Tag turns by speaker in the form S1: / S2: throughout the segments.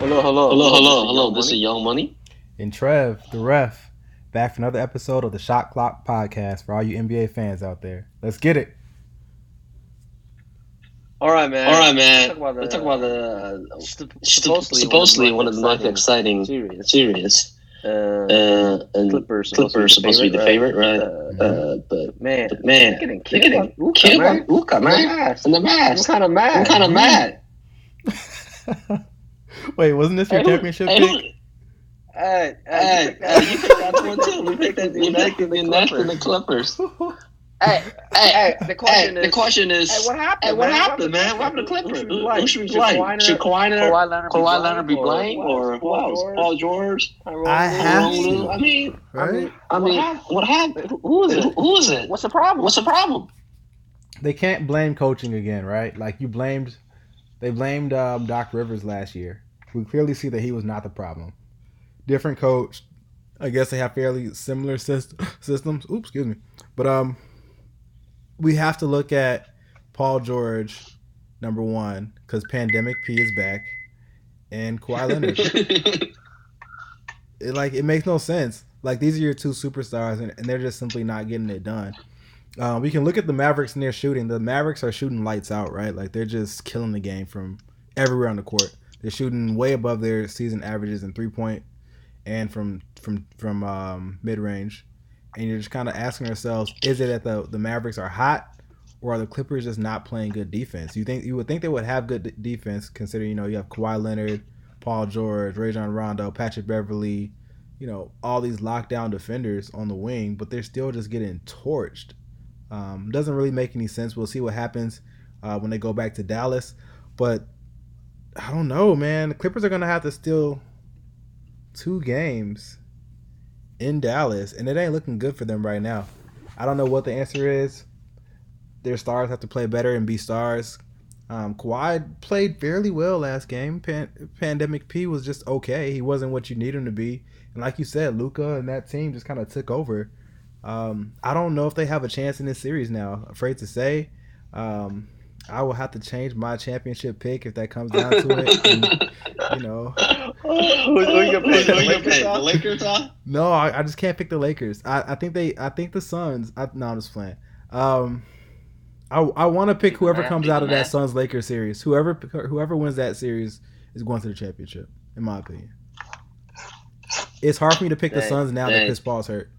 S1: hello,
S2: Hello, hello, hello. This is Young Money.
S3: and Trev, the ref, back for another episode of the Shot Clock Podcast for all you NBA fans out there. Let's get it.
S1: All right, man.
S2: All right, man.
S1: Let's talk about
S2: Let's
S1: the-
S2: talk about the uh,
S1: Sup-
S2: supposedly, supposedly one of the most exciting
S1: series.
S2: series.
S1: Uh,
S2: Uh, and
S1: Clippers
S2: Clippers supposed to be the favorite, right? Uh, but
S1: man,
S2: but man,
S1: getting
S2: they're
S1: killed.
S2: getting
S1: by Luka,
S2: killed by
S1: man.
S2: Luka, man.
S1: Yes.
S2: In the
S1: I'm
S2: mask.
S1: kind of mad.
S2: I'm kind of mad.
S3: Wait, wasn't this your
S2: Hey, who-
S3: championship
S2: hey,
S3: pick?
S2: who-
S1: Hey,
S2: Hey,
S1: hey,
S2: hey, you picked that one too. We picked that. We picked the Nets and the Clippers.
S1: Hey, hey, the
S2: Hey,
S1: question
S2: the
S1: is,
S2: question is,
S1: hey, what happened?
S2: hey, what
S1: man?
S2: happened, man? What happened to Clippers? Who should we play? Should
S1: Should
S2: Kawhi Leonard,
S1: Kawhi Leonard,
S2: Kawhi Leonard be blamed, or who else? Paul George?
S3: I have
S2: Tyronn Lue?
S3: to.
S2: I mean,
S3: Right?
S2: I
S1: What
S2: mean,
S1: happened?
S2: what happened? Who is it? Who is it?
S1: What's the problem?
S2: What's the problem?
S3: They can't blame coaching again, right? Like you blamed, they blamed um, Doc Rivers last year. We clearly see that he was not the problem. Different coach. I guess they have fairly similar syst- systems. Oops, excuse me. But um, we have to look at Paul George, number one, because pandemic P is back, and Kawhi Leonard. it, like it makes no sense. Like these are your two superstars, and, and they're just simply not getting it done. Uh, we can look at the Mavericks and their shooting. The Mavericks are shooting lights out, right? Like they're just killing the game from everywhere on the court. They're shooting way above their season averages in three point and from from from um, mid range. And you're just kind of asking yourselves, is it that the the Mavericks are hot, or are the Clippers just not playing good defense? You think you would think they would have good d- defense, considering you know you have Kawhi Leonard, Paul George, Rajon Rondo, Patrick Beverly, you know, all these lockdown defenders on the wing, but they're still just getting torched. Um, doesn't really make any sense. We'll see what happens uh, when they go back to Dallas, but I don't know, man. The Clippers are gonna have to steal two games in Dallas, and it ain't looking good for them right now. I don't know what the answer is. Their stars have to play better and be stars. Um, Kawhi played fairly well last game. Pan- Pandemic P was just okay. He wasn't what you need him to be. And like you said, Luca and that team just kind of took over. Um, I don't know if they have a chance in this series now. Afraid to say. Um, I will have to change my championship pick if that comes down to it. And, you know,
S1: who you gonna pick?
S2: Who you
S1: The
S2: gonna
S1: Lakers
S2: pick? The
S1: are?
S2: Lakers are?
S3: No, I, I just can't pick the Lakers. I, I think they I think the Suns. I, no, I'm just playing. Um, I I want to pick
S1: Pick
S3: whoever
S1: Matt,
S3: comes
S2: pick
S3: out of that
S2: Matt.
S3: Suns Lakers series. Whoever whoever wins that series is going to the championship, in my opinion. It's hard for me to pick the
S1: Dang,
S3: Suns now that
S2: dang.
S3: Chris Paul's hurt.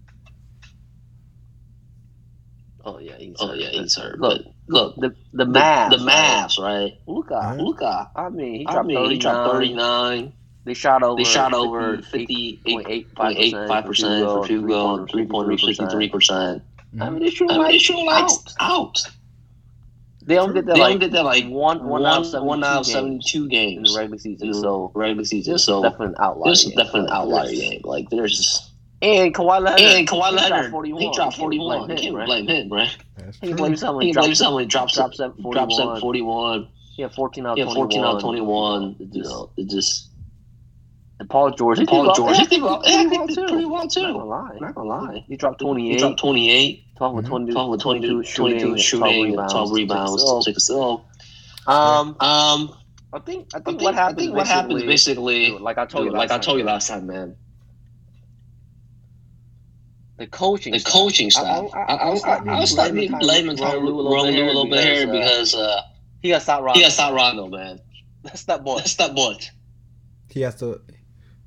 S2: Oh yeah, he's
S1: Oh,
S2: hurt.
S1: yeah, he's
S2: But
S1: hurt.
S2: Look, look,
S1: The the
S2: the
S1: Mavs.
S2: the Mavs, right?
S3: Uh-huh.
S1: Luka.
S2: Luca.
S1: I mean, he
S2: I
S1: dropped
S2: mean, he dropped
S1: 39.
S2: 39.
S1: They shot over.
S2: They shot over 58.85% for field goal and 3.63 percent.
S3: Hmm.
S1: I mean, they shoot
S2: I mean, they
S1: like
S2: shoot like out.
S1: they don't get
S2: They
S1: that
S2: don't
S1: like
S2: get that like
S1: one
S2: one
S1: one out of
S2: one out of
S1: seven
S2: 72
S1: in the
S2: games
S1: regular season.
S2: in the
S1: So
S2: regular season.
S1: this is
S2: So
S1: definitely an outlier.
S2: this is
S1: game.
S2: definitely an outlier
S1: This-
S2: game. Like there's
S1: And Kawhi Leonard.
S2: and Kawhi
S1: he dropped
S2: Leonard,
S1: 41.
S2: he dropped 41.
S1: You
S2: You
S1: can't
S2: can't
S1: blame
S2: blame him, right?
S3: Mm-hmm. That's
S1: He
S3: true.
S1: blamed someone.
S2: He
S1: He
S2: can blame
S1: dropped,
S2: someone who drops up
S1: drops up
S2: drops up
S1: 41.
S2: 41.
S1: Yeah, 14 out of
S2: Yeah, 14 out of
S1: 21.
S2: 21. You know, it just
S1: And Paul George. he
S2: Paul
S1: did
S2: George.
S1: Well,
S2: He did well. Yeah, he did
S1: too.
S2: pretty well
S1: I'm
S2: too.
S1: not gonna
S2: Not gonna
S1: lie.
S2: lie.
S1: He dropped
S2: He
S1: 28,
S2: dropped 28,
S1: 12 with 20,
S2: 12 with 22,
S1: 22
S2: 22
S1: shooting,
S2: shooting, 12
S1: 12
S2: rebounds,
S1: rebounds. oh,
S2: six assists.
S1: Um,
S2: Um,
S1: I think I
S2: I
S1: think
S2: think
S1: what happened.
S2: I think what happens basically,
S1: like I told you,
S2: dude, like I
S1: last
S2: told you
S1: time,
S2: last time, man.
S1: the coaching,
S2: The
S1: staff.
S2: coaching
S1: I-
S2: staff. I,
S1: I-
S2: I, I,
S1: I'll start
S2: I was like
S1: blaming
S2: blaming
S1: Tyronn
S2: Tyron
S1: Lue a
S2: Lue
S1: little
S2: a
S1: bit here
S2: little bit here
S1: because,
S2: because uh,
S1: He got stopped
S2: he
S1: Rodman.
S2: got stopped Rondo, man.
S1: That's that boy.
S2: That's that boy.
S3: He has to.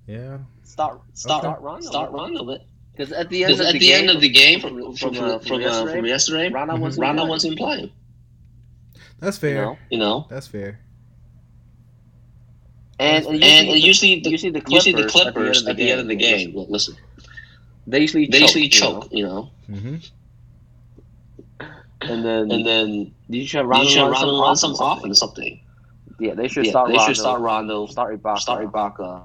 S3: Yeah.
S1: Start
S2: Start,
S1: start Rondo.
S2: start Rondo, man.
S1: Because at the end
S2: Because
S1: of
S2: at
S1: the
S2: the
S1: game,
S2: end of the game from
S1: from,
S2: from
S1: uh,
S2: from, from, uh, from yesterday,
S1: Rondo
S3: Mhm.
S1: wasn't.
S2: Rondo
S1: playing.
S2: wasn't playing.
S3: That's
S1: You
S3: fair.
S1: know?
S2: You know,
S3: That's fair.
S1: And
S2: and,
S1: and usually,
S2: and usually the
S1: you see the
S2: you
S1: Clippers,
S2: see the Clippers at the end of the game. Look, listen,
S1: They usually
S2: they usually
S1: you know?
S2: choke, you know,
S3: Mm-hmm.
S1: and then
S2: and then
S1: you should
S2: Rondo,
S1: Rondo run
S2: Rondo
S1: some
S2: runs some
S1: offense.
S2: offense, something.
S1: Yeah, they should
S2: Yeah,
S1: start.
S2: they
S1: Rondo,
S2: should start Rondo,
S1: start Ibaka,
S2: start Ibaka,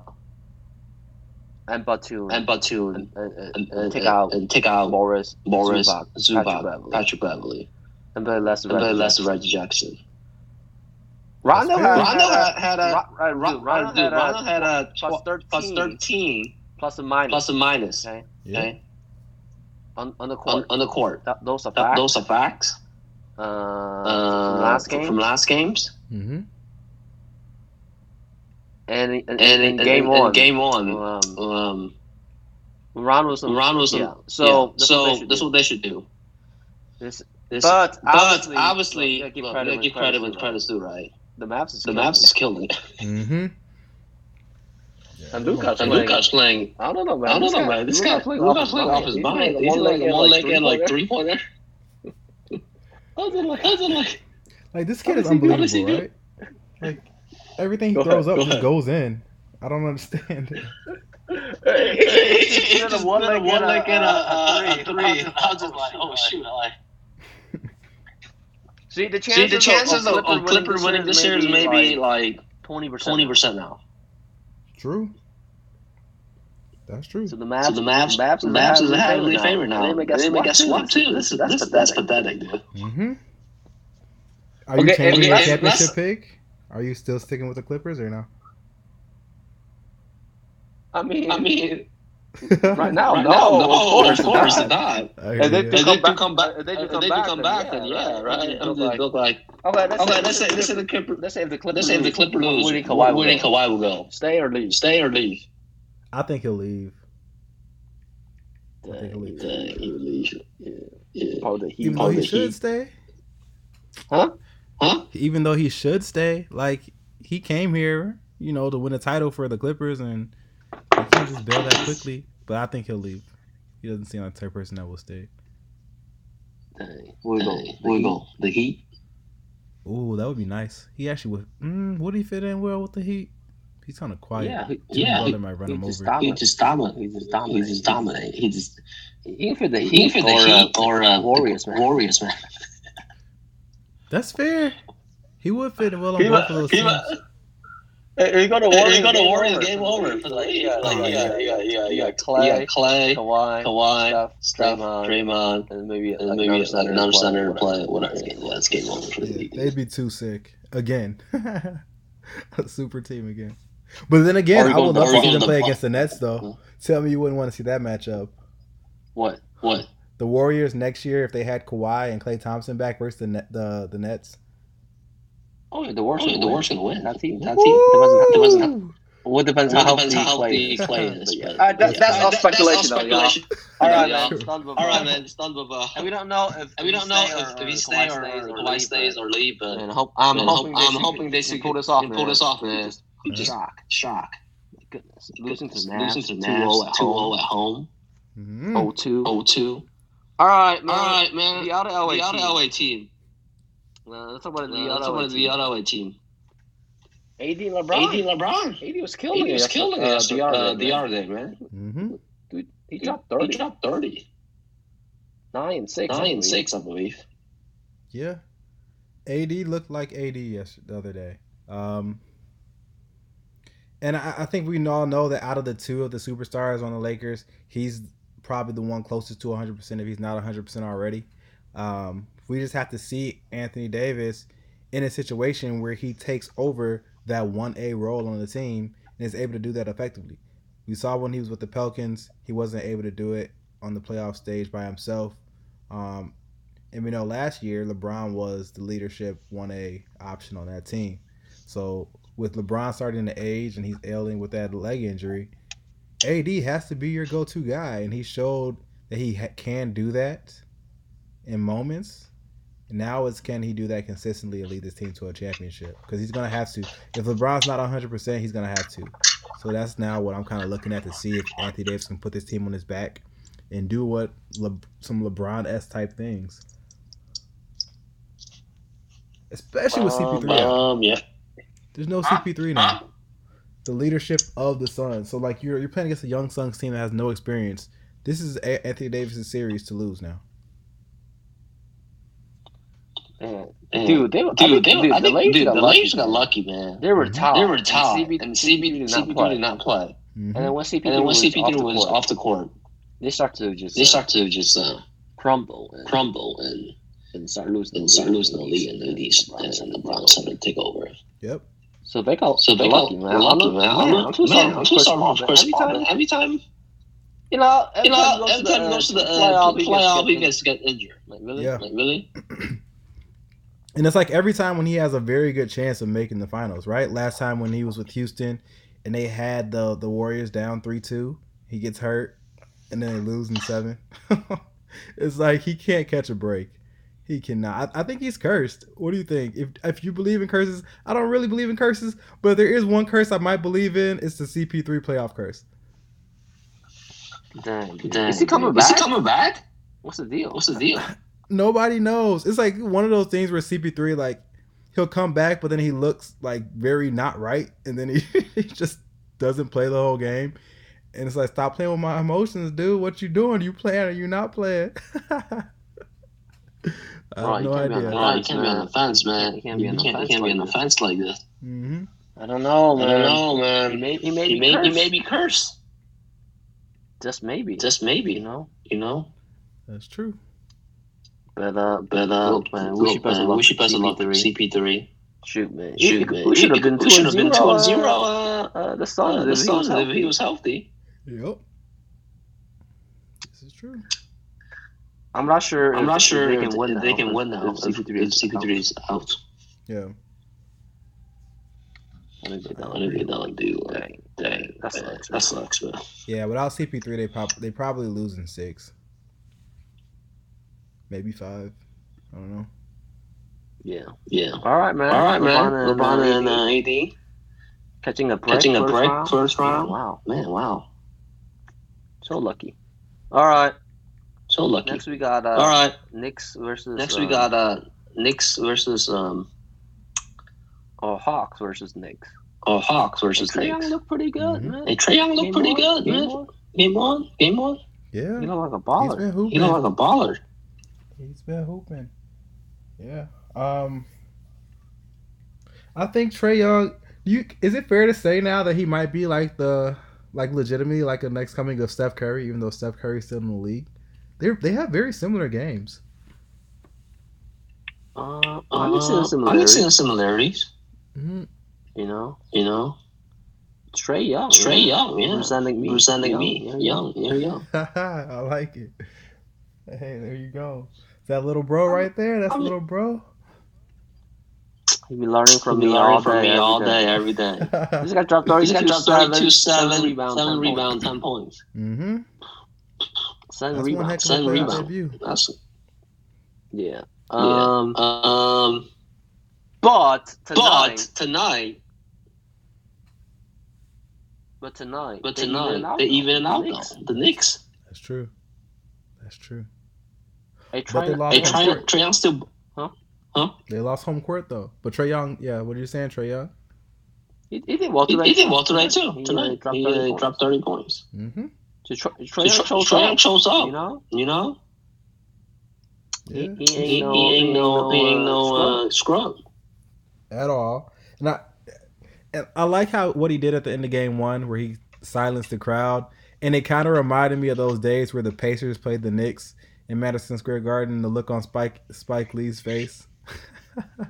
S1: and Batum,
S2: and Batum,
S1: and, and,
S2: and,
S1: and,
S2: and
S1: take out
S2: and take out
S1: Boris,
S2: Boris,
S1: Zubac, Patrick
S2: Zubac,
S1: Beverley.
S2: Patrick Beverly,
S1: and play less.
S2: and play less of Reggie Jackson.
S1: Rondo
S3: That's
S1: had,
S3: fair.
S2: Rondo
S1: had,
S2: had, had
S1: a,
S2: a
S1: Ro- uh,
S2: Ro-
S1: dude, Rondo
S2: dude,
S1: had a
S2: Rondo had a
S1: plus
S2: tw-
S1: thirteen,
S2: plus thirteen
S1: plus and minus
S2: plus and minus.
S1: okay,
S3: Yeah.
S2: Okay,
S1: on on the
S2: on,
S1: court.
S2: on the court.
S1: Th- those are
S2: Th-
S1: facts.
S2: Those are facts.
S1: uh,
S2: Uh,
S1: from last
S2: from-
S1: game,
S2: From last games.
S3: Mm-hmm.
S1: and and, and,
S2: and, and,
S1: game
S2: and,
S1: on.
S2: and game on.
S1: Um,
S2: Um,
S1: Ron was
S2: Ron was
S1: yeah.
S2: so
S1: So this
S2: so
S1: is what they should
S2: this is
S1: do.
S2: what they should do.
S1: This-
S2: This,
S1: but
S2: but
S1: obviously,
S2: obviously,
S1: look,
S2: look,
S1: yeah, give credit
S2: give credit,
S1: when
S2: give credit when
S1: credit's
S2: credit's due, right?
S1: the maps is
S2: The maps is killing it.
S3: Mm-hmm.
S1: And Luka's
S2: And
S1: playing-
S2: Luka's playing
S1: I don't know, man.
S2: I don't know, man. This guy, Luka's playing off his mind. He's like a one leg and like three pointer. How's it like?
S3: Like this kid
S2: How
S3: is
S2: does he do- how does he
S3: unbelievable,
S2: do-
S3: right? Like everything he
S2: Go
S3: throws
S2: ahead, go
S3: up just
S2: ahead.
S3: goes in. I don't understand. it.
S2: It's
S1: just
S2: just
S1: a
S2: a
S1: one
S2: one
S1: leg and a-
S2: leg and a,
S1: a-
S2: a,
S1: a three.
S2: a three. And I was just like, oh shoot! I Like,
S1: See the chances,
S2: see, the chances
S1: of,
S2: of, of Clipper winning this year is maybe like
S1: twenty percent.
S2: twenty percent now.
S3: True. That's true.
S1: So the maps,
S2: So the maps,
S1: maps,
S2: maps, maps is a
S1: heavily
S2: heavily favored now.
S1: And they
S2: They
S1: make us
S2: make us
S1: swap
S2: swap
S1: too.
S2: too. This is that's that's
S1: that's
S2: pathetic, dude.
S3: Mm-hmm. Are you
S1: Okay,
S3: changing
S1: okay, and
S3: your
S2: let's-
S3: championship pick? Are you still sticking with the Clippers or no?
S1: I mean,
S2: I mean,
S1: right now, no,
S2: right now,
S1: of
S2: no,
S1: course
S2: of course
S1: not.
S2: not.
S3: I
S1: And they
S3: hear ya.
S1: pick come
S2: If they
S1: back-
S2: do come back,
S1: if
S2: if
S1: they
S2: they
S1: do come back, then
S2: come back,
S1: yeah,
S2: then yeah,
S1: right.
S2: right.
S1: Look
S2: I'm just
S1: like-
S2: look like
S1: Okay,
S2: okay. Let's say let's say the Clipper,
S1: let's say if the Clippers,
S2: let's say the Clipper lose,
S1: winning Kawhi,
S2: Kawhi, winning
S1: will go.
S2: Kawhi will go.
S1: stay or leave.
S2: Stay or leave.
S3: I think he'll leave. I think he'll leave.
S2: Yeah, he would leave. Yeah, yeah.
S1: Oh, the Heat.
S3: Even though he
S2: probably-
S3: should stay.
S1: Huh?
S2: Huh?
S3: Even though he should stay, like he came here, you know, to win a title for the Clippers, and he can't just bail that quickly. But I think he'll leave. He doesn't seem like the type of person that will stay.
S2: We'll go. We'll go. The Heat.
S3: Ooh, that would be nice. He actually would. Mm, would he fit in well with the Heat? He's kind of quiet.
S1: Yeah, he-
S3: Jimmy
S2: yeah,
S3: Butler might run
S1: he
S3: him
S1: just
S3: over.
S1: stopped.
S2: He just dominate.
S1: He just
S2: He
S1: dominates.
S2: just dominate. He just
S1: Even for the
S2: he
S1: Heat,
S2: for the
S1: or, uh,
S2: Heat or uh,
S1: Warriors, man.
S2: Warriors man.
S3: That's fair. He would fit in well on
S2: He
S3: both of
S2: wa-
S3: those
S2: he
S3: teams.
S2: wa-
S1: Hey, you go to
S2: Warriors, go to Warriors game over. For like, yeah, like, yeah, yeah, yeah,
S1: You
S2: yeah.
S1: got Clay,
S2: yeah, Clay,
S1: Kawhi,
S2: Kawhi,
S1: Steph,
S2: Steph,
S1: Draymond,
S2: Draymond,
S1: and maybe
S2: and maybe another center, another center to play. Whatever. Game, well, that's game over for the
S3: Yeah,
S2: Heat.
S3: they'd be too sick again. a super team again. But then again,
S2: Are we
S3: I would
S2: going-
S3: love
S2: are
S3: to
S2: we
S3: see them
S2: going
S3: play
S2: to-
S3: against the Nets, though. Tell me you wouldn't want to see that matchup.
S1: What?
S2: What?
S3: The Warriors next year, if they had Kawhi and Klay Thompson back versus the net, the the Nets.
S1: Oh, yeah, the
S2: Oh,
S1: worst.
S2: yeah, the worst gonna win.
S1: Not team. Not
S2: That's it. There wasn't- there wasn't-
S3: Woo!
S1: Well, it depends
S2: It
S1: on how
S2: depends
S1: healthy
S2: how
S1: he
S2: healthy
S1: plays.
S2: Clay
S1: But
S2: is.
S1: yeah.
S2: but-
S1: Uh, that-
S2: yeah.
S1: that's all
S2: Uh, that- that's all
S1: speculation, though, y'all.
S2: speculation.
S1: All right,
S2: Yeah.
S1: man. Stun Bavard.
S2: All right, man. It's done with. uh,
S1: And we don't know if
S2: And we don't know if if he stays or Kawhi stays or leave, but
S1: And hope I'm
S2: I'm
S1: hoping
S2: hoping,
S1: they
S2: I'm
S1: should-
S2: hoping they
S1: can
S2: should
S1: pull this off.
S2: can Pull
S1: man.
S2: this off, man.
S3: Just-
S2: Just shock, shock.
S1: Goodness, losing
S2: Losing
S1: to the
S2: losing
S1: Mavs,
S2: to
S1: 2
S2: the Mavs,
S1: at
S2: 2-0
S1: home,
S2: at home,
S3: Mhm.
S2: Oh.
S1: 0-2.
S2: 0-2.
S1: All right,
S2: All
S1: man.
S2: right, man.
S1: The other LA
S2: The other
S1: team.
S2: LA team.
S1: Uh, Let's talk about the
S2: Uh, Let's
S1: other
S2: talk
S1: LA
S2: about the
S1: team.
S2: other LA team.
S1: AD
S2: AD
S1: LeBron.
S2: LeBron.
S1: AD was
S2: AD
S1: killing
S2: was
S1: us.
S2: killing
S1: uh,
S2: us.
S1: The
S2: Uh,
S1: other
S2: the
S1: day, man.
S2: other day, man.
S3: Mhm.
S1: Dude, He
S2: He-
S1: dropped
S2: He
S1: 30.
S2: dropped 30.
S1: 9 and 6.
S2: 9
S1: I
S2: and
S1: believe.
S2: 6, I believe.
S3: Yeah. AD looked like AD yes the other day. Um, and I, I think we all know that out of the two of the superstars on the Lakers, he's probably the one closest to 100% if he's not 100% already. Um, we just have to see Anthony Davis in a situation where he takes over that 1A role on the team and is able to do that effectively. We saw when he was with the Pelicans, he wasn't able to do it on the playoff stage by himself. Um, and we know last year LeBron was the leadership one A option on that team. So with LeBron starting to age and he's ailing with that leg injury, AD has to be your go to guy, and he showed that he ha- can do that in moments. Now it's can he do that consistently and lead this team to a championship? Because he's gonna have to. If LeBron's not 100, percent he's gonna have to. So that's now what I'm kind of looking at to see if Anthony Davis can put this team on his back and do what Le- some LeBron s type things, especially with CP3. out.
S2: Um, yeah.
S3: There's no
S2: Huh?
S3: CP3 now. The leadership of the Suns. So like you're you're playing against a young Suns team that has no experience. This is a- Anthony Davis' series to lose now.
S1: Man.
S2: Man.
S1: Dude, they, I
S2: Dude,
S1: think,
S2: they,
S1: dude,
S2: I
S1: the
S2: think,
S1: Lakers
S2: dude,
S1: got
S2: the
S1: lucky.
S2: Lakers got lucky, man.
S1: They were
S3: Mhm.
S1: tied.
S2: They were tied,
S1: CP3
S2: and CP3 did not play.
S1: And
S3: Mhm.
S1: then when CP3
S2: And then when
S1: was, off,
S2: CP3
S1: the
S2: was
S1: court,
S2: off the court,
S1: they start to just
S2: they
S1: uh,
S2: start to just uh,
S1: crumble and,
S2: crumble and
S1: and start losing
S2: and start
S1: lead.
S2: losing the league, and then these and then LeBron started to take over.
S3: Yep.
S1: So they got
S2: So they
S1: lucky,
S2: lucky,
S1: man.
S2: man. Lucky, man.
S1: I'm,
S2: I'm,
S1: man, I'm too sorry.
S2: man, I'm too sorry
S1: Paul,
S2: for Chris
S1: man.
S2: Paul.
S1: Anytime-
S2: man. Every time,
S1: You know, every
S2: you
S1: time
S2: know, every time he goes to the
S1: uh,
S2: uh, playoff, he
S1: gets
S2: gets get injured. Like really,
S3: Yeah.
S2: like really.
S3: And it's like every time when he has a very good chance of making the finals, right? Last time when he was with Houston and they had the the Warriors down 3-2, he gets hurt and then they lose in 7. it's like he can't catch a break. He cannot. I, I, think he's cursed. What do you think? If if you believe in curses, I don't really believe in curses, but there is one curse I might believe in. It's the CP3 playoff curse.
S1: Dang, dang. Is he coming back?
S2: Is he coming back?
S1: What's the deal?
S2: What's the deal?
S3: Nobody knows. It's like one of those things where CP3 like he'll come back, but then he looks like very not right, and then he, he just doesn't play the whole game. And it's like, stop playing with my emotions, dude. What you doing? You playing or you not playing? I
S1: Bro,
S3: have no idea.
S2: Bro, you can't be on the fence, man. You can't be on the
S1: You can't- you
S2: fence,
S1: can't be
S2: like,
S1: on the
S2: this. like this. Um,
S3: Mm-hmm.
S1: I don't know,
S2: I
S1: man.
S2: don't know, man.
S1: He may, he may,
S2: He
S1: be
S2: may, he
S1: cursed.
S2: may be cursed.
S1: just maybe,
S2: Just maybe,
S1: you know.
S2: you know.
S3: That's true.
S1: But uh,
S2: But uh,
S1: Look, man,
S2: look,
S1: wish you best of
S2: man,
S1: luck
S2: wish you
S1: to
S2: best of luck to
S1: CP3.
S2: CP3.
S1: shoot, man,
S2: Shoot, man,
S1: we should have been
S2: we
S1: two
S2: should
S1: and
S2: have been
S1: zero.
S2: two and zero.
S1: Uh,
S2: Uh,
S1: uh, the Suns,
S2: uh,
S1: if
S2: the
S1: he was
S2: Suns, if he
S1: healthy.
S2: was healthy.
S3: Yep. This is true.
S1: I'm not sure.
S2: I'm
S1: if-
S2: not
S1: if
S2: sure
S1: they can win.
S2: if
S1: now,
S2: they can
S1: but
S2: win now.
S1: if
S2: If
S1: CP3 is
S2: CP3 is out,
S3: Yeah.
S1: I think they
S2: I
S1: don't.
S2: don't even know, dude. Like, dang,
S1: That
S2: man,
S1: sucks, man.
S2: That sucks, man.
S3: Yeah, without CP3, they pop. They probably lose in six, maybe five. I don't know.
S1: Yeah.
S2: Yeah.
S1: All right, man.
S2: All right, man. LeBron and
S1: uh,
S2: uh, AD
S1: catching a break.
S2: catching a
S1: first
S2: break
S1: round.
S2: first round.
S1: Wow,
S2: Man, wow.
S1: so lucky. All right.
S2: So lucky.
S1: Next we got uh,
S2: All right.
S1: Knicks versus.
S2: Next
S1: uh,
S2: we got uh Knicks versus um
S1: oh, Hawks versus Knicks.
S2: oh, Hawks versus
S1: Trae Young
S2: Knicks.
S1: looked pretty good,
S3: Mhm.
S1: man.
S2: And Trae Young
S1: Game
S2: looked pretty
S1: one,
S2: good,
S1: game
S2: man.
S1: one.
S2: Game one, game one.
S3: Yeah,
S1: He looked like a
S3: he's
S1: baller.
S3: been hooping.
S2: He looked like a baller.
S3: He's been hooping. Yeah. Um. I think Trey Young. do You is it fair to say now that he might be like the like legitimately like the next coming of Steph Curry, even though Steph Curry's still in the league. They they have very similar games.
S1: Uh,
S2: Uh,
S1: I can see the
S2: I can see the
S1: similarities.
S2: similarities.
S3: Mhm.
S1: You know,
S2: You know,
S1: Trey Young.
S2: Trey
S1: yeah.
S2: Young, yeah,
S1: representing me.
S2: representing
S1: Young,
S2: me,
S1: yeah,
S2: young, yeah, young.
S3: I like it. Hey, there you go. That little bro right there. That's
S2: I'm-
S3: little bro.
S1: He be learning
S2: From
S1: from
S2: me,
S1: me
S2: learning
S1: all
S2: from
S1: day.
S2: me all
S1: every
S2: day, every day.
S1: This guy dropped 32,
S2: He's got dropped 32, 7, 7 rebounds,
S1: 10 points.
S2: ten points.
S3: mm-hmm.
S1: Seven
S3: That's one heck
S1: rebounds.
S3: of a
S2: Seven
S3: playoff
S2: rebounds.
S3: debut.
S2: That's
S1: Yeah.
S2: yeah.
S1: Um,
S2: um.
S1: but
S2: But
S1: tonight,
S2: tonight,
S1: but tonight,
S2: but
S1: they
S2: tonight,
S1: evened out
S2: they
S1: though.
S2: even it
S1: The
S2: out
S1: Knicks.
S2: though. The Knicks.
S3: That's true. That's true.
S1: They
S3: But they
S1: trying.
S3: lost.
S2: They
S3: home
S2: try.
S3: court.
S2: Trae Young still.
S3: They lost home court though. But Trey Young, yeah, what are you saying, Trey Young?
S1: He, he did well
S2: He,
S1: tonight.
S2: he did well tonight too.
S1: He, uh,
S2: Tonight
S1: dropped
S2: he
S1: 30
S2: uh,
S1: points.
S2: dropped thirty points.
S3: Mm-hmm.
S1: So Tra- Trae Young shows
S2: Trae Young
S1: up,
S2: shows
S1: You
S2: up.
S1: know,
S2: You know,
S1: he,
S3: Yeah.
S1: he
S2: he, he
S1: ain't no,
S2: ain't no, he ain't
S1: uh,
S2: no uh, scrub.
S3: At all. And I and I like how what he did at the end of game one where he silenced the crowd. And it kind of reminded me of those days where the Pacers played the Knicks in Madison Square Garden, the look on Spike Spike Lee's face.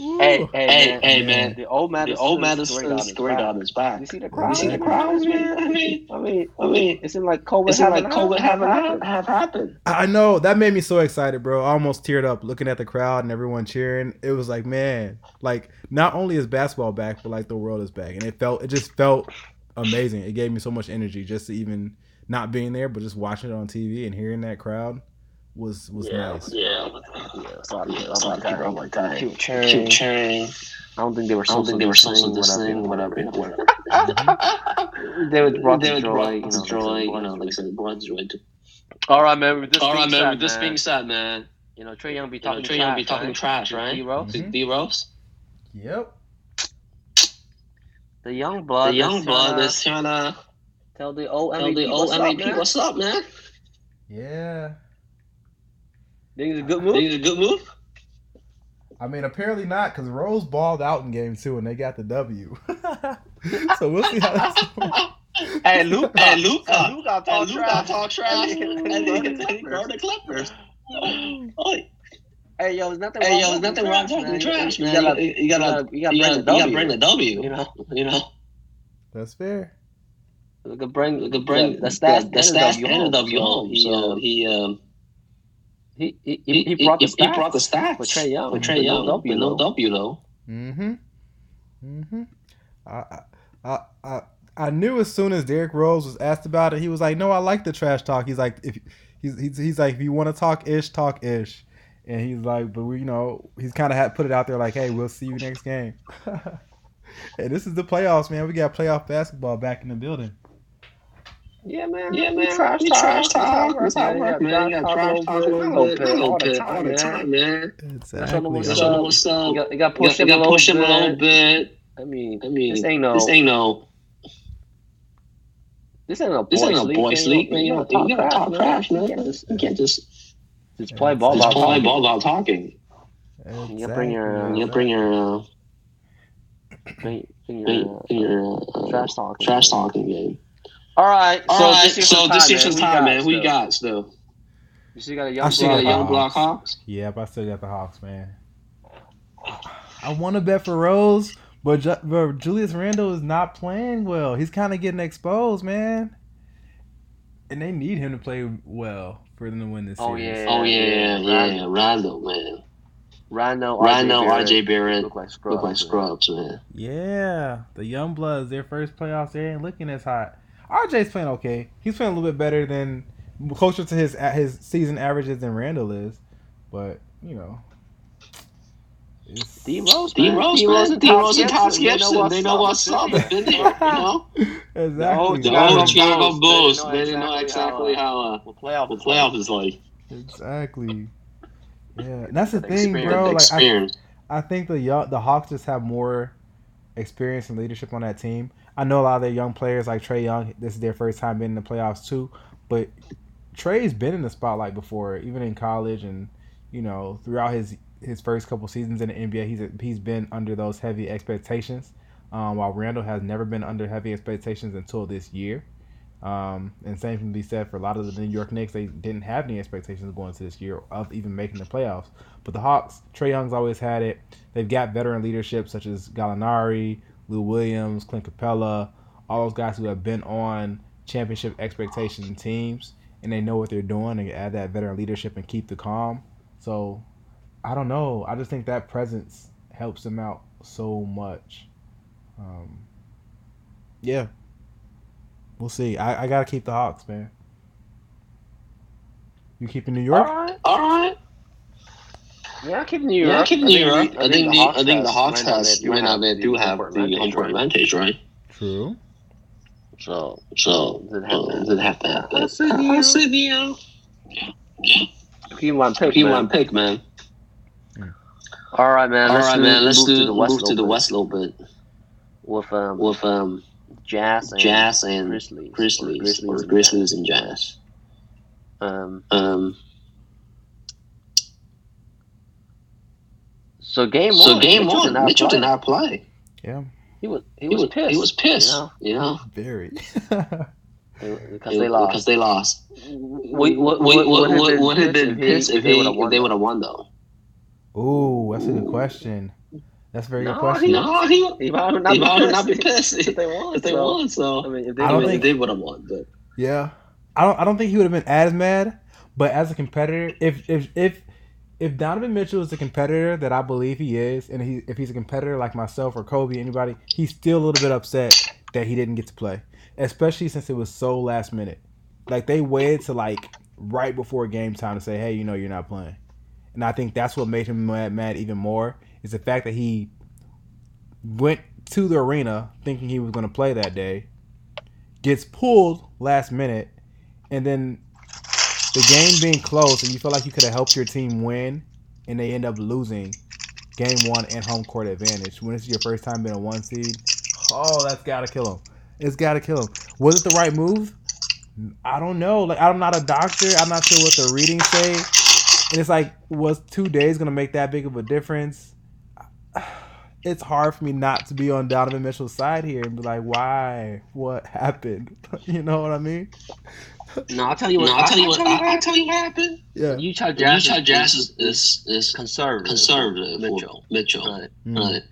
S3: Woo.
S1: Hey, hey,
S2: Hey,
S1: man,
S2: hey,
S3: man.
S1: The old Madison,
S2: The old Madison's
S1: great
S2: great on his back.
S1: You see the
S3: crowd?
S1: crowd?
S2: You see the crowds, man. I mean,
S1: I mean,
S2: I mean,
S1: it seemed like COVID
S2: it seemed like
S1: haven't
S2: COVID
S1: happened.
S2: haven't hap- have happened.
S3: I know that made me so excited, bro. I almost teared up looking at the crowd and everyone cheering. It was like, man, like not only is basketball back, but like the world is back, and it felt it just felt amazing. It gave me so much energy just to even not being there, but just watching it on TV and hearing that crowd was was
S1: Yeah,
S3: nice.
S2: Yeah,
S1: Yeah, it's
S2: I
S1: not
S2: mean,
S1: good.
S2: it's like
S1: I
S2: that. I'm
S1: don't like
S2: like that.
S1: Keep
S2: Keep
S1: cheering.
S2: cheering.
S1: I don't think they were
S2: I don't think they were social distancing, whatever, you know, whatever.
S1: They would brought
S2: They
S1: the
S2: would
S1: joy,
S2: brought
S1: you know,
S2: the joy,
S1: like
S2: you know,
S1: the
S2: like the blood joy.
S1: All right, man. With this
S2: All
S1: being
S2: right, man.
S1: said,
S2: With this
S1: man,
S2: being said, man,
S1: you know, Trey Young be
S2: you know,
S1: talking
S2: Trae Young be
S1: trash,
S2: talking
S1: right? Mm-hmm.
S2: trash, right?
S1: D-Rose.
S3: Mhm.
S2: D Rose,
S3: Yep.
S1: The young
S2: the
S1: blood.
S2: young blood
S1: tryna
S2: is trying to
S1: tell the old
S2: tell the
S1: MVP
S2: old
S1: what's up,
S2: MVP,
S1: man.
S2: "What's up, man?
S3: Yeah.
S1: Think it's a good
S2: Think
S1: move.
S2: it's a good move."
S3: I mean, apparently not, because Rose balled out in game two and they got the W. so we'll see how that's.
S1: Hey, Luke.
S2: Hey, Luca.
S1: Luca
S2: And
S1: talk
S2: Luke got
S1: trash.
S2: talk trash, and then
S1: Go
S2: he
S1: to
S2: he go to Clippers. Oi.
S1: Hey, yo, there's nothing.
S2: Hey,
S1: wrong
S2: yo, there's
S1: with
S2: nothing
S1: the
S2: wrong
S1: trash,
S2: talking
S1: man.
S2: trash,
S1: You
S2: man.
S1: gotta-
S2: You you gotta,
S1: you
S2: you gotta, you gotta bring the W.
S1: You know,
S2: You know,
S3: That's fair.
S1: we could bring, we
S2: you could
S1: could
S2: bring
S1: bring the stats,
S2: the stats
S1: standard
S2: standard
S1: of you home.
S2: So he, um,
S1: He he, he,
S2: He,
S1: he brought the
S2: he
S1: stats.
S2: brought the stats
S1: With Trae Young.
S2: With Trae
S1: With no
S2: Young,
S1: W,
S2: but no
S1: though.
S2: W though.
S3: Mm-hmm. Mm-hmm. I, I- I, I, I knew as soon as Derrick Rose was asked about it, he was like, "No, I like the trash talk." He's like, "If he's he's, he's like, if you want to talk ish, talk ish," and he's like, "But we, you know, he's kind of had put it out there like, hey, we'll see you next game." and this is the playoffs, man. We got playoff basketball back in the building.
S1: Yeah, man.
S2: Yeah,
S1: We
S2: man.
S1: Trash
S2: we
S1: talk.
S2: trash talk.
S1: We
S2: That's how it works, man. You got trash talk
S1: over
S2: all the time, all
S1: the
S2: the time,
S1: time.
S2: man.
S3: Exactly.
S1: what's
S2: That's
S1: up.
S3: I,
S2: all what's up.
S1: You got, you got
S2: You got-
S1: push
S2: you
S1: him a
S2: got push him a
S1: little
S2: little
S1: bit.
S2: bit.
S1: I mean,
S2: I mean,
S1: this ain't no,
S2: this ain't no,
S1: this ain't no
S2: this ain't no
S1: boys
S2: boys league, man. You gotta, you gotta talk trash, man. You, gotta,
S1: Just,
S2: you can't just,
S1: just play ball.
S2: just
S1: about
S2: play
S1: talking.
S2: ball while talking.
S3: exactly.
S1: You bring your, uh,
S2: You bring your, uh,
S1: Bring- bring your,
S2: bring- bring your uh,
S1: trash talk.
S2: trash talking game.
S1: All right.
S2: All
S1: so
S2: right,
S1: this year's
S2: so
S1: some
S2: this
S1: time,
S2: year's some
S1: Who
S2: time,
S1: got,
S2: man. Who you
S1: though?
S2: got still?
S1: You still got a
S3: I
S1: young
S3: still
S2: You
S1: block.
S2: got a
S3: got
S2: young
S3: Hawks.
S2: block Hawks?
S3: Yeah, but I still got the Hawks, man. I want to bet for Rose, but, Ju- but Julius Randle is not playing well. He's kind of getting exposed, man. And they need him to play well for them to win this
S1: Oh,
S3: series.
S1: yeah.
S2: Oh yeah,
S1: yeah.
S2: yeah, Rondo, man.
S1: Rhino,
S2: Rhino,
S1: Barrett
S2: RJ Barrett
S1: look like scrubs.
S2: look like
S1: man.
S2: scrubs, man.
S3: Yeah, the young bloods, their first playoffs, they ain't looking as hot. RJ's playing okay. He's playing a little bit better than closer to his at his season averages than Randall is, but you know. it's-
S1: D Rose,
S2: D
S1: man.
S2: Rose,
S1: D Rose
S2: man.
S1: and
S2: D Rose and
S1: Todd
S2: Todd
S1: Gibson.
S2: Gibson, they know what's up. They've been there, you know.
S3: exactly.
S2: The
S1: Chicago
S2: old Chicago
S1: Bulls,
S2: Bulls,
S1: they
S2: they didn't know exactly how uh,
S1: We'll play out
S2: the playoff is like.
S3: Exactly. Yeah, and that's the
S1: The
S3: thing, bro. Like, I,
S2: experience.
S3: I think the young, the Hawks just have more experience and leadership on that team. I know a lot of their young players, like Trey Young. This is their first time being in the playoffs too. But Trey's been in the spotlight before, even in college, and you know throughout his his first couple seasons in the NBA, he's he's been under those heavy expectations. Um, while Randall has never been under heavy expectations until this year. Um, and same can be said for a lot of the New York Knicks. They didn't have any expectations going into this year of even making the playoffs. But the Hawks, Trey Young's always had it. They've got veteran leadership such as Gallinari, Lou Williams, Clint Capella, all those guys who have been on championship expectation teams, and they know what they're doing and add that veteran leadership and keep the calm. So I don't know. I just think that presence helps them out so much. Um, yeah. We'll see. I, I gotta keep the Hawks, man. You keeping New
S1: All
S3: York?
S1: right.
S2: All right.
S1: Yeah, I keep New York.
S2: Yeah, I keep New York. I think the I think the Hawks
S1: has
S2: has right now they do have the home court advantage, right?
S3: True.
S2: So so
S1: Does it have to-
S2: uh, does it have to happen?
S1: I see you.
S2: you.
S1: He won pick,
S2: P
S1: man.
S2: one pick, man.
S1: All right, man.
S2: All
S1: Let's
S2: right,
S1: move,
S2: man. Let's
S1: move
S2: do
S1: to the West.
S2: move to the
S1: Open
S2: West a little bit
S1: with um
S2: with um
S1: Jazz and
S2: Jazz and
S1: Grizzlies.
S2: Grizzlies,
S1: Grizzlies
S2: or
S1: and
S2: Grizzlies and Jazz.
S1: Um.
S2: Um,
S1: So game one.
S2: so game
S1: Mitchell
S2: one,
S1: did not
S2: Mitchell
S1: play.
S2: did not play.
S3: Yeah.
S1: He was he
S2: He
S1: was
S2: was
S1: pissed.
S2: He was pissed.
S1: you know?
S2: You know,
S3: Very.
S1: They- because they lost.
S2: Because they lost.
S1: We,
S2: What, what, what, what, would have been pissed if, he, if they would have won though?
S3: Ooh, that's a good question. That's a very good
S1: No,
S3: question.
S1: he-
S2: No, he,
S1: He
S2: he
S1: might
S2: would
S1: not be
S2: not be
S1: pissed
S2: pissed
S1: if they won?
S2: if they
S1: so,
S2: won.
S1: I
S2: So
S1: mean, if they
S3: I don't
S1: win-
S3: think-
S2: they would have won. But
S3: Yeah. I don't I don't think he would have been as mad, but as a competitor, if if if if Donovan Mitchell is a competitor that I believe he is, and he if he's a competitor like myself or Kobe, anybody, he's still a little bit upset that he didn't get to play. Especially since it was so last minute. Like they waited to like right before game time to say, Hey, you know you're not playing. And I think that's what made him mad, mad even more is the fact that he went to the arena thinking he was going to play that day, gets pulled last minute, and then the game being close, and you feel like you could have helped your team win, and they end up losing game one and home court advantage when it's your first time being a one seed. Oh, that's gotta kill him. It's gotta kill him. Was it the right move? I don't know. Like I'm not a doctor. I'm not sure what the readings say. And it's like, was two days gonna make that big of a difference? It's hard for me not to be on Donovan Mitchell's side here and be like, why? What happened? You know what I mean?
S1: No, I'll tell you what.
S2: no, I'll tell you what. I- I'll tell you what happened.
S3: Yeah.
S1: Utah Jazz.
S2: Utah Jazz is is, is
S1: conservative.
S2: conservative. with
S1: Mitchell.
S2: Mitchell.
S1: Right.
S3: Mm.
S2: Right.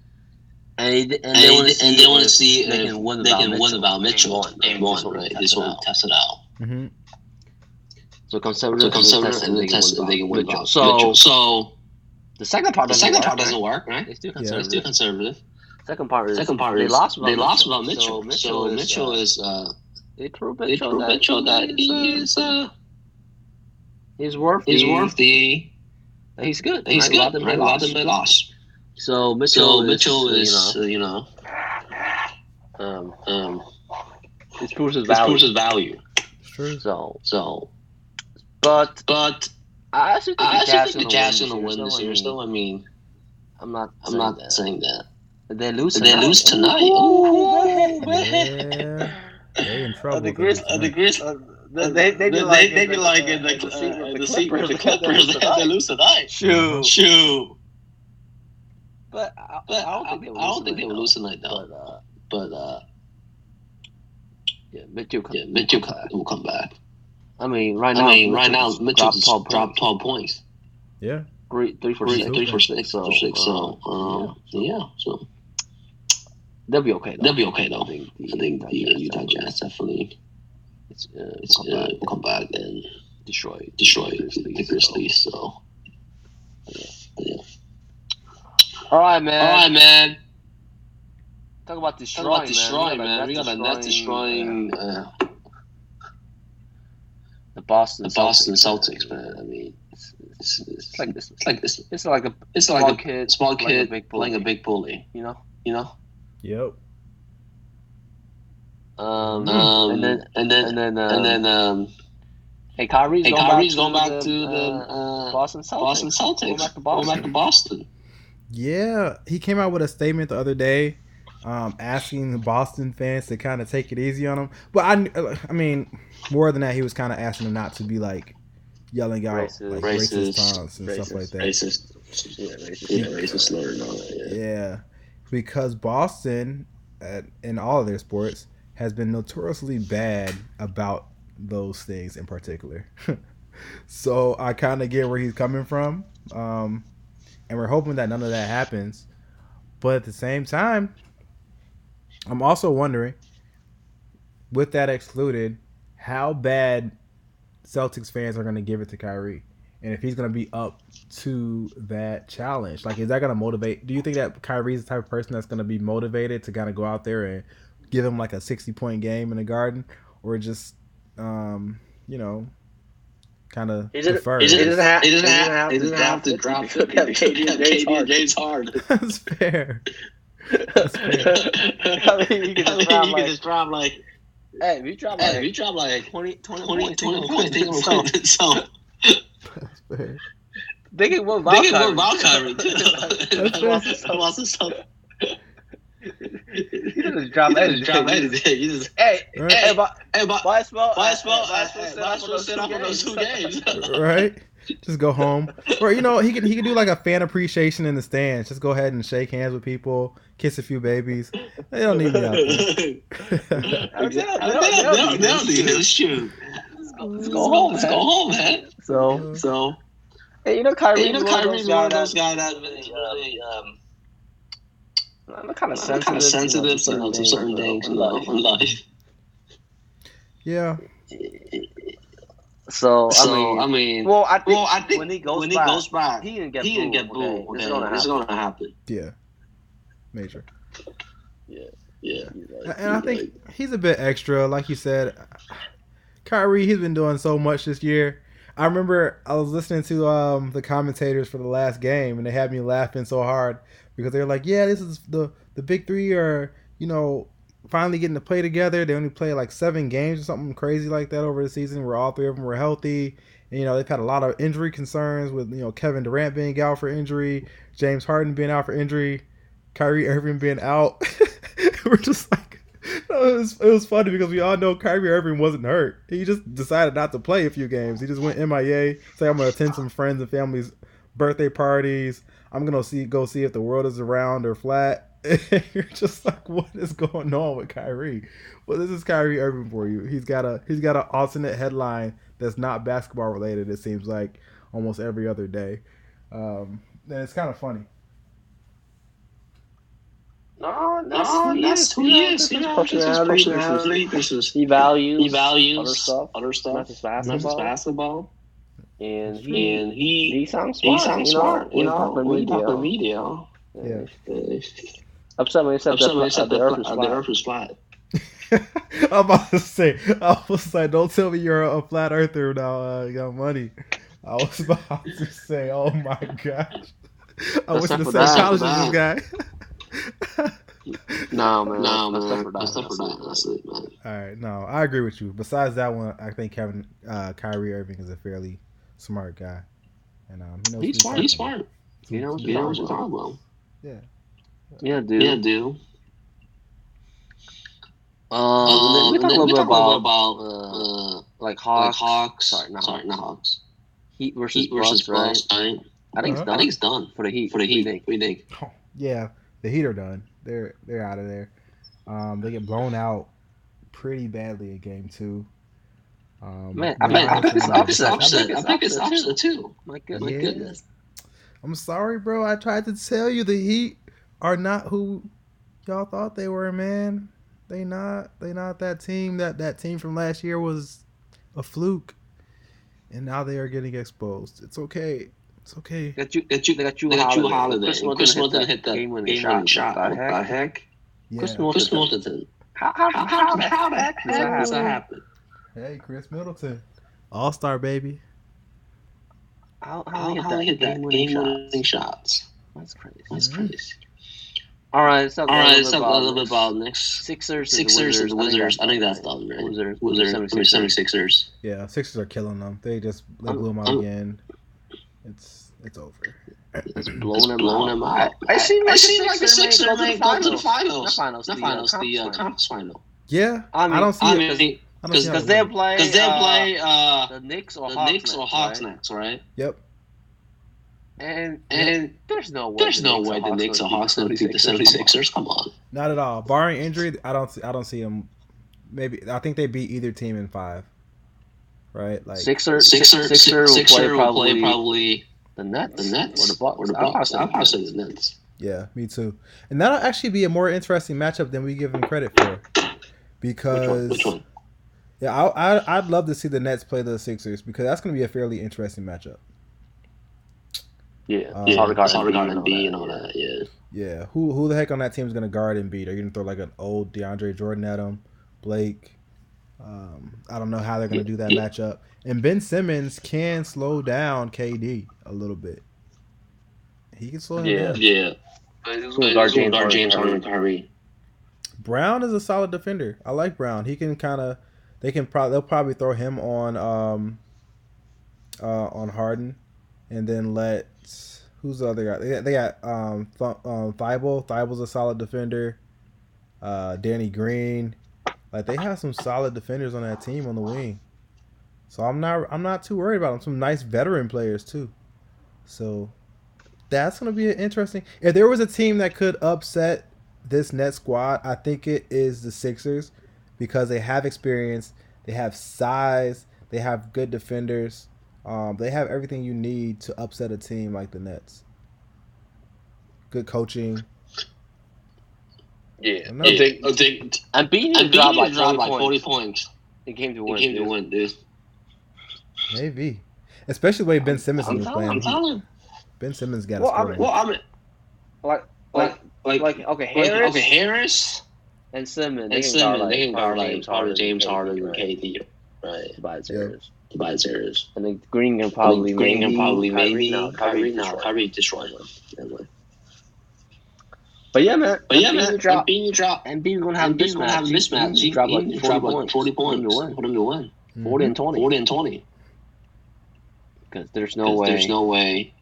S1: And, and,
S2: And, they wanna- and they want to
S1: if
S2: see
S1: they
S2: if
S1: can win
S2: they
S1: about
S2: can
S1: Hmm.
S2: win
S1: Mitchell.
S2: about
S1: They
S2: Mitchell
S1: won,
S2: and
S1: right? Just
S2: won,
S1: wanna
S2: right?
S1: test
S2: Just
S1: it
S2: want
S1: out.
S2: to test it out.
S3: Mm-hmm.
S1: So
S2: So
S1: conservative,
S2: conservative and then test if they can win a job. So, so
S1: the second part
S2: the
S1: doesn't
S2: second
S1: work,
S2: part
S1: right?
S2: doesn't work, right?
S1: It's still
S2: So
S1: conservative.
S2: it's still conservative.
S1: Second part is
S2: Second part
S1: they
S2: is
S1: lost.
S2: they lost
S1: about
S2: about Mitchell. So Mitchell is uh,
S1: they proved
S2: they
S1: Mitchell
S2: proved
S1: that
S2: Mitchell that he
S1: he's,
S2: is uh,
S1: he's worth.
S2: is
S1: the-
S2: worth the
S1: He's good.
S2: he's
S1: right? A lot
S2: good.
S1: of them
S2: Right,
S1: they
S2: a lot of
S1: lost.
S2: them they lost.
S1: So Mitchell,
S2: So Mitchell is
S1: you
S2: uh, you know
S1: know, um,
S2: um,
S1: this proves his
S2: this
S1: value.
S2: proves his value.
S3: It's true.
S1: so,
S2: So,
S1: but
S2: but
S1: I actually think
S2: I
S1: the
S2: actually
S1: Jazz
S2: think the
S1: gonna
S2: Jazz gonna
S1: this
S2: win this year.
S1: so,
S2: Still, I mean,
S1: I mean, I'm not.
S2: I'm not saying that.
S1: that. they lose.
S2: If they
S1: tonight-
S2: lose tonight,
S1: Ooh,
S2: ooh,
S3: Yeah, they in trouble.
S4: the
S3: with
S4: Grizz-
S3: us,
S2: Uh,
S3: man.
S2: the Grizz,
S4: They, they, they be like,
S2: they, they be like in the, uh, in the seat with the Clippers, if they lose tonight.
S4: Shoot.
S2: Shoot.
S1: But I,
S2: But I don't think, I don't think they will lose
S1: tonight,
S2: tonight, though.
S1: But uh,
S2: But uh,
S1: yeah, Mitchell.
S2: yeah, Mitchell co- will come back.
S1: I mean, right now,
S2: I mean, right now,
S1: Mitchell's
S2: Mitchell
S1: dropped
S2: just
S1: Paul
S2: dropped 12 points.
S3: Yeah,
S1: three, three for
S2: Three,
S1: six.
S2: three for six.
S1: So,
S2: So, six, so
S1: uh,
S2: um, yeah. So
S1: They'll be okay. Though.
S2: they'll be okay, though. I think,
S1: the
S2: I think the
S1: Jazz
S2: Utah
S1: definitely-
S2: Jazz definitely
S1: It's, uh,
S2: it's,
S1: we'll come
S2: uh,
S1: back
S2: will come back and
S1: and destroy
S2: destroy
S1: Grizzlies,
S2: the
S1: so.
S2: Grizzlies. So.
S1: All right, man.
S2: All right, man.
S1: Talk about
S2: Talk
S1: destroying,
S2: about destroying, man. We got a
S1: net
S2: Nets destroying uh,
S1: the Boston,
S2: the Boston Celtics, man. I mean, it's, it's, it's
S1: It's like this.
S2: it's like this.
S1: It's like a
S2: It's like
S1: small
S2: a
S1: kid,
S2: small
S1: playing a
S2: kid
S1: big
S2: playing a
S1: bully,
S2: big bully.
S1: you know.
S2: You know.
S3: yep.
S1: Um,
S2: Um,
S1: and then
S2: and then
S1: and then uh,
S2: and then um,
S1: hey, Kyrie's
S2: and
S1: going
S2: Kyrie's
S1: back
S2: going back
S1: to
S2: to the
S1: uh,
S2: uh,
S1: Boston Celtics.
S2: Boston Celtics.
S1: Going back to
S2: Going
S1: Boston.
S2: back to Boston.
S3: Yeah, he came out with a statement the other day, um, asking the Boston fans to kind of take it easy on him. But I, kn- I mean, more than that, he was kind of asking them not to be like yelling out
S1: Racist.
S3: like, racist,
S2: Racist.
S3: taunts and stuff like that.
S2: Racist. Yeah, racist. Yeah, racist slur and all that. Yeah.
S3: Yeah, because Boston, at, in all of their sports, has been notoriously bad about those things in particular. so I kind of get where he's coming from, um, and we're hoping that none of that happens. But at the same time, I'm also wondering, with that excluded, how bad Celtics fans are going to give it to Kyrie, and if he's going to be up to that challenge? Like, is that going to motivate? Do you think that Kyrie's the type of person that's going to be motivated to kind of go out there and give him like a 60 point game in the garden or just, um, you know, kind of
S4: Is it-
S3: defer?
S4: is
S2: It
S4: it-
S2: doesn't have. It doesn't have.
S4: to
S2: It doesn't have to drop.
S4: drop
S2: KD James hard.
S3: that's fair. That's fair.
S2: I
S4: mean, you can just
S2: mean,
S4: drop,
S2: you
S4: like-
S2: can just drop like.
S4: Hey, we drop
S2: Hey, if
S4: like
S2: you drop like
S1: 20, 20,
S2: 20, 20 points, they
S1: points.
S2: gonna win. So
S3: That's fair.
S4: they can win
S2: they
S4: without Kyrie.
S2: can win without Kyrie too.
S3: That's
S2: I lost this- I lost this stuff.
S4: You can just drop
S2: You just drop
S4: anything.
S2: anything. You just
S4: Hey,
S3: Right?
S4: hey, but
S2: hey, but
S4: why small?
S2: why is Mo?
S4: Why small?
S2: Why is set off on those two games?
S3: right? Just go home, or you know, he could he could do like a fan appreciation in the stands. Just go ahead and shake hands with people, kiss a few babies. They don't need me out there.
S2: They
S4: I'm telling you,
S2: don't- they don't need this shoot.
S4: Let's
S2: Let's
S4: go home,
S2: Let's go
S4: man.
S2: home, man.
S4: So,
S2: So
S4: hey, you know
S2: hey,
S4: Kyrie,
S2: you know Kyrie's one of those guys that really, really um,
S4: I'm kind of sensitive,
S2: kind of um, sensitive you know, to certain things you know, in life.
S3: Yeah,
S1: So, I
S2: So
S1: mean,
S2: I mean,
S4: Well, I think,
S2: well, I think
S4: when he goes
S2: when
S4: back,
S2: he goes back,
S4: he didn't get
S2: he
S4: booed.
S2: didn't get booed.
S4: It's
S2: Okay,
S4: gonna
S2: It's
S4: happen.
S2: gonna happen.
S3: yeah, major.
S2: Yeah.
S3: And I think he's a bit extra, like you said. Kyrie, he's been doing so much this year. I remember I was listening to um, the commentators for the last game, and they had me laughing so hard because they were like, "Yeah, this is the the big three are you know finally getting to play together. They only play like seven games or something crazy like that over the season, where all three of them were healthy. And you know they've had a lot of injury concerns with you know Kevin Durant being out for injury, James Harden being out for injury, Kyrie Irving being out. we're just like. It was, it was funny because we all know Kyrie Irving wasn't hurt. He just decided not to play a few games. He just went MIA. Say I'm gonna attend some friends and family's birthday parties. I'm gonna see go see if the world is around or flat. You're just like, what is going on with Kyrie? Well, this is Kyrie Irving for you. He's got a he's got an alternate headline that's not basketball related. It seems like almost every other day, um, and it's kind of funny.
S4: No, that's
S2: No, that's who he is. You know, this is
S4: personality.
S2: personality. This is
S4: He values.
S2: he values
S4: other stuff.
S2: Other
S4: Not
S2: stuff.
S4: just
S2: Not just
S4: basketball.
S2: basketball.
S4: And he,
S2: And he
S4: he sounds
S2: he
S4: smart.
S2: sounds
S4: you know,
S2: smart. You know,
S4: when
S2: when
S4: you
S2: he talk
S4: talk
S2: to
S4: to
S2: media,
S3: Yeah.
S2: uh,
S4: Upset when he said
S2: somebody
S4: that
S2: said
S4: the earth is
S2: the
S4: flat.
S2: earth is flat.
S3: I'm about to say, I was like, don't tell me you're a flat earther now, uh, young money. I was about to say, oh my gosh. I
S1: That's
S3: wish
S1: not
S3: the
S1: for
S3: psychologist was
S2: that,
S3: this guy.
S1: No, man.
S2: No,
S1: that's
S2: man,
S1: different.
S2: that's different. That's it, man.
S3: All right, no, I agree with you. Besides that one, I think Kevin uh, Kyrie Irving is a fairly smart guy, and um, he knows what
S1: He's smart.
S3: talking
S2: He's
S3: about.
S2: smart.
S1: You know,
S2: You know what you're talking about.
S1: Yeah, dude.
S2: Yeah, dude.
S1: Um,
S2: Um,
S1: we
S2: we
S1: talk a
S2: talked
S1: little bit about,
S2: about uh,
S1: like
S2: like
S1: Hawks,
S2: Hawks.
S1: Sorry, not
S2: Sorry, not Hawks.
S1: Heat versus
S2: Heat versus
S1: Bucks, right?
S2: Bucks. Right?
S1: I think it's
S3: Uh-huh.
S1: done.
S2: I think it's done
S1: for the Heat.
S2: for the
S1: what do you
S2: Heat.
S1: think?
S2: We think.
S3: Oh, yeah, the Heat are done. They're they're out of there. Um, they get blown out pretty badly in game two. Um,
S1: Man,
S3: but
S1: I mean,
S3: they're
S1: I think it's
S3: out of the
S1: upset. I think
S2: I
S3: playoffs.
S1: it's
S2: think it's
S1: upset,
S2: opposite too.
S1: My
S2: My
S1: goodness.
S3: Yeah.
S2: goodness.
S3: I'm sorry, bro. I tried to tell you the Heat are not who y'all thought they were, man. They not they not that team. That that team from last year was a fluke. And now they are getting exposed. It's okay. It's okay.
S1: Got you, got you, got you,
S2: They got you
S1: Holiday.
S2: holiday.
S1: Chris
S2: And
S1: Middleton
S2: Chris Middleton hit that
S1: game
S2: game
S1: winning
S2: winning
S1: shot.
S2: shot.
S1: What
S2: What the heck?
S3: Yeah.
S1: Chris Middleton.
S2: Chris Middleton.
S4: How, how, how,
S2: How, how,
S4: the
S2: how the
S4: heck
S2: heck
S4: does that
S2: does that
S4: happen?
S2: happen?
S3: Hey, Chris Middleton. All star baby.
S1: How, how,
S2: How,
S1: they
S2: how they hit that game winning
S1: shots?
S2: shots?
S1: That's crazy.
S2: That's
S3: Mhm.
S2: crazy.
S1: All right, let's talk
S2: All right, let's talk
S1: about,
S2: a little bit about next
S1: Sixers. and
S2: Sixers and Wizards. I think that's
S1: done.
S2: done, right?
S1: Wizards.
S2: Wizards. I mean,
S1: 76ers.
S2: 76ers.
S3: Yeah, Sixers are killing them. They just they
S1: I'm-
S3: blew them out
S2: I'm-
S3: again. It's it's over.
S1: It's
S2: It's
S1: blown them
S2: blown
S1: out.
S2: them out.
S4: I- I seen like a
S2: seen like a
S4: Sixer
S2: Sixer
S4: man go
S2: man go
S4: to
S2: to
S4: the
S2: the finals.
S1: finals,
S2: Not
S1: the, uh,
S2: finals, the uh,
S1: conference
S2: conference final.
S3: Yeah.
S1: I
S3: I,
S1: mean,
S3: don't see
S2: I
S3: it.
S2: mean,
S3: I don't see how
S1: Because
S3: it
S1: they
S3: works.
S1: play.
S2: because they
S1: uh,
S2: play uh,
S1: the Knicks or
S2: the
S1: Hawks
S2: Knicks or
S1: next,
S2: Hawks
S1: right?
S2: next, right?
S3: Yep.
S1: And
S2: And
S1: there's no way.
S2: there's no way the Knicks or Hawks going to beat the 76ers. Come on.
S3: Not at all. Barring injury, I don't see. I don't see them. Maybe I think they beat either team in five. Right, like
S1: Sixer,
S2: Sixer,
S1: Sixer, Sixer, will play probably
S2: probably
S1: the Nets,
S2: the Nets
S1: or the Bucks.
S2: Or the
S1: I'll
S2: Bucks.
S1: say
S2: I'm
S1: the
S2: not
S1: Nets.
S2: saying the Nets.
S3: yeah, me too. And that'll actually be a more interesting matchup than we give them credit for,
S2: Which
S3: because
S2: one? Which one?
S3: yeah, I, I I'd love to see the Nets play the Sixers because that's going to be a fairly interesting matchup.
S1: Yeah,
S3: Uh,
S2: Yeah,
S1: Howard Gardner,
S2: it's
S1: Embiid
S2: Howard Gardner,
S1: and all
S2: B and
S1: that,
S2: all
S1: yeah.
S2: that. Yeah.
S3: Yeah, who who the heck on that team is going to guard and beat? Are you going to throw like an old DeAndre Jordan at him, Blake? Um, I don't know how they're going to do that
S2: Yeah.
S3: matchup. And Ben Simmons can slow down KD a little bit. He can slow him
S1: Yeah.
S3: down.
S2: Yeah.
S1: Guard
S2: Guard
S1: James Harden.
S2: James Harden and Kyrie.
S3: Brown is a solid defender. I like Brown. He can kind of, they can probably they'll probably throw him on um, uh, on Harden, and then let who's the other guy? They got, they got um, Th- um Thibault. Thibault's a solid defender. Uh, Danny Green, like they have some solid defenders on that team on the wing. So I'm not I'm not too worried about them. Some nice veteran players too. So that's gonna be an interesting. If there was a team that could upset this net squad, I think it is the Sixers because they have experience, they have size, they have good defenders, um, they have everything you need to upset a team like the Nets. Good coaching.
S1: Yeah.
S3: I know.
S2: I think. I think.
S1: And beating
S2: I
S1: him
S2: think dropped
S1: dropped like
S2: like
S1: 40
S2: forty
S1: points.
S2: points.
S1: It came to
S2: He
S1: win.
S2: came to
S1: dude.
S2: win, dude.
S3: Maybe. Especially the way Ben Simmons has
S2: I'm
S3: been
S2: telling. I'm
S3: playing.
S2: telling.
S3: Ben Simmons got a
S4: Well,
S3: score.
S4: I'm-
S2: Well, I mean,
S4: Like,
S2: like,
S4: like,
S2: like,
S4: like,
S2: like,
S4: okay, Harris
S2: okay, Harris
S4: and Simmons. can
S2: and
S4: guard,
S2: Simmons. They can guard like Harden, James Harden,
S4: KD,
S2: and
S4: right?
S2: KD. Right.
S4: Tobias
S3: Yeah.
S4: Harris.
S2: Tobias Harris.
S4: And then Green can probably
S2: Probably Green
S4: maybe,
S2: and probably
S4: Kyrie
S2: maybe
S4: now,
S2: Kyrie now.
S4: Detroit.
S2: Kyrie destroyed him. Never.
S4: But yeah, man.
S2: But yeah,
S4: Embiid
S2: man.
S4: dropped-
S2: Embiid dropped.
S1: And being gonna have
S2: And Embiid gonna have a mismatch. He
S1: He dropped like
S2: he
S1: 40
S2: dropped like
S1: points.
S2: forty
S1: Beating
S2: points.
S1: to win.
S2: For them to win.
S3: Mhm.
S1: 40 and 20.
S2: Forty and twenty.
S1: Because there's no
S2: No
S1: way.
S2: There's no way.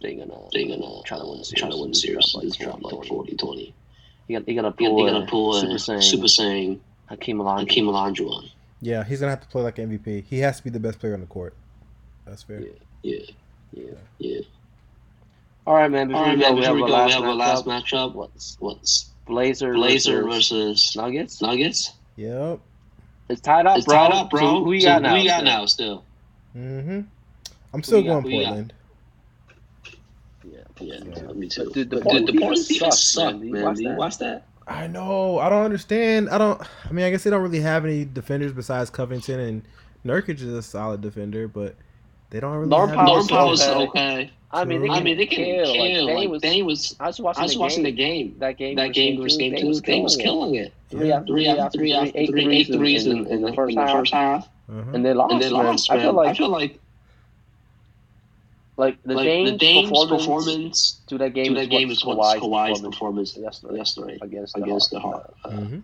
S1: they're gonna
S2: they're gonna
S1: try to win the series.
S2: try to win the
S1: Just
S2: series.
S1: Drop like
S2: Just drop like 40, 20.
S1: He got, he got a
S2: Yeah,
S1: pull.
S2: they're gonna pull
S1: Super
S2: a
S1: Saiyan.
S2: Super Saiyan
S1: Hakeem Olajuwon.
S2: Hakeem Olajuwon.
S3: Yeah, he's gonna have to play like an MVP. He has to be the best player on the court. That's fair.
S1: Yeah.
S2: Yeah,
S1: All right, man. Before
S2: All right,
S1: we go,
S2: man.
S1: we have
S2: Before
S1: a
S2: we go, we
S1: last
S2: have a
S1: matchup.
S2: last matchup.
S1: What's
S2: What's
S1: Blazer
S2: Blazer
S1: versus
S2: versus
S1: Nuggets?
S2: Nuggets?
S3: Yep.
S1: It's tied up,
S2: It's
S1: bro.
S2: tied up, bro.
S1: So who we
S2: So
S1: got now?
S2: We got
S1: Still?
S2: now still.
S3: Mm-hmm. I'm still
S2: we
S3: going
S2: got- we got-
S3: Portland.
S1: Yeah,
S2: Yeah, me too.
S4: But dude, the
S2: But
S4: Portland
S2: the Portland
S4: defense
S2: defense
S4: sucks,
S2: sucked,
S4: man. Did you
S2: man.
S4: watch
S2: Did you
S4: that?
S2: watch that?
S3: I know. I don't understand. I don't. I mean, I guess they don't really have any defenders besides Covington and Nurkic is a solid defender, but they don't really.
S4: Norm
S3: have
S4: Powell's
S2: Norm
S3: Powell.
S4: Powell's
S2: Powell's
S4: okay.
S2: okay.
S4: I mean, they
S3: True.
S2: I
S4: can
S2: mean, they can
S4: kill.
S2: kill.
S4: Like,
S2: Like,
S4: Dane was,
S2: Dane was.
S4: I was
S2: I
S4: watching,
S2: was
S4: the,
S2: watching
S4: game.
S2: the game.
S4: That game.
S2: That game versus game
S4: Dane
S2: two, Dane was killing it.
S4: Three
S3: Yeah.
S4: after
S2: Three out, three out,
S4: eight
S2: three, eight threes in, in, the, in the first half,
S3: Uh-huh.
S4: and they lost.
S2: and they
S4: man.
S2: lost.
S4: I feel like
S2: I feel like
S1: Like the
S2: like,
S1: Dame's,
S2: the Dame's
S1: performance,
S2: performance,
S1: to that game
S2: to that game is
S1: what
S2: what
S1: Kawhi's,
S2: Kawhi's
S1: performance
S2: performance
S1: yesterday
S2: yesterday
S1: against the
S2: against the
S1: Hawks.
S2: Hawks. Uh,
S3: hmm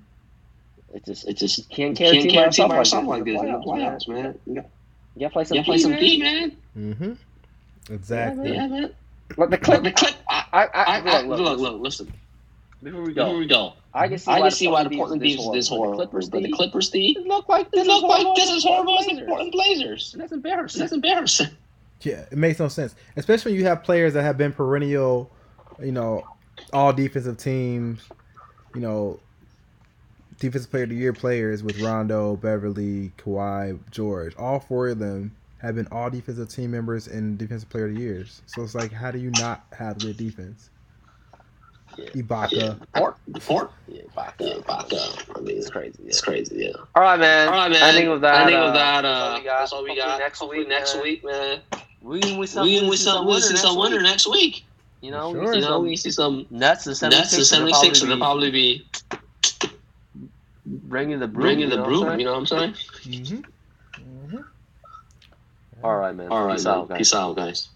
S1: It just
S2: It just
S1: can't
S2: can't
S1: carry a team
S2: carry team
S1: by
S2: or
S1: itself
S2: something
S1: like,
S2: like this in the
S1: playoffs.
S2: playoffs, man. You gotta-
S1: You gotta play
S2: you
S1: some
S2: gotta play some D,
S1: defense.
S2: man.
S3: hmm Exactly.
S2: Yeah, man.
S1: Like the
S2: Look,
S1: clip.
S2: the clip. I,
S1: I, I,
S2: I, I,
S1: look,
S2: look, look, listen.
S1: Before we
S2: Here
S1: go,
S2: we go.
S1: I can see
S2: I
S1: why
S2: can
S1: the
S2: see why the Portland
S1: Beavs
S2: Beavs is this horrible.
S1: The Clippers,
S2: but the
S1: Beavs,
S2: Clippers, D.
S1: it looked like
S2: It
S1: this
S2: looked
S1: is
S2: like
S1: horrible.
S2: this is horrible as the
S1: Blazers.
S2: Portland Blazers.
S1: That's embarrassing.
S2: That's embarrassing.
S3: Yeah, it makes no sense, especially when you have players that have been perennial, you know, all defensive teams, you know, defensive player of the year players with Rondo, Beverly, Kawhi, George. All four of them have been all defensive team members and defensive player of the years. So it's like, how do you not have good defense? Ibaka.
S2: Port, port.
S1: Yeah, back up.
S2: Yeah, back up. I mean,
S1: It's crazy. Yeah.
S2: it's crazy. Yeah.
S1: All right, man.
S2: All right, man.
S1: I think with that,
S2: I think
S1: uh,
S2: with that,
S1: that's all
S2: uh,
S1: we got.
S2: that's all we
S1: Hopefully next week,
S2: got. Hopefully next
S1: man.
S2: week, man.
S1: we can win some.
S2: We can win some. We'll see some winner next week.
S1: You know,
S3: Sure.
S2: You
S1: you
S2: know, we
S1: know,
S2: see some.
S1: Nets and 76ers.
S2: That's the 76 will
S1: will
S2: probably be
S1: be bringing the broom.
S2: bringing
S1: you
S2: the
S1: know what I'm
S2: broom.
S1: saying?
S2: You know what I'm saying?
S3: Mm-hmm.
S1: All right, man.
S2: All right.
S1: Peace
S2: man.
S1: out, guys.
S2: Peace out, guys.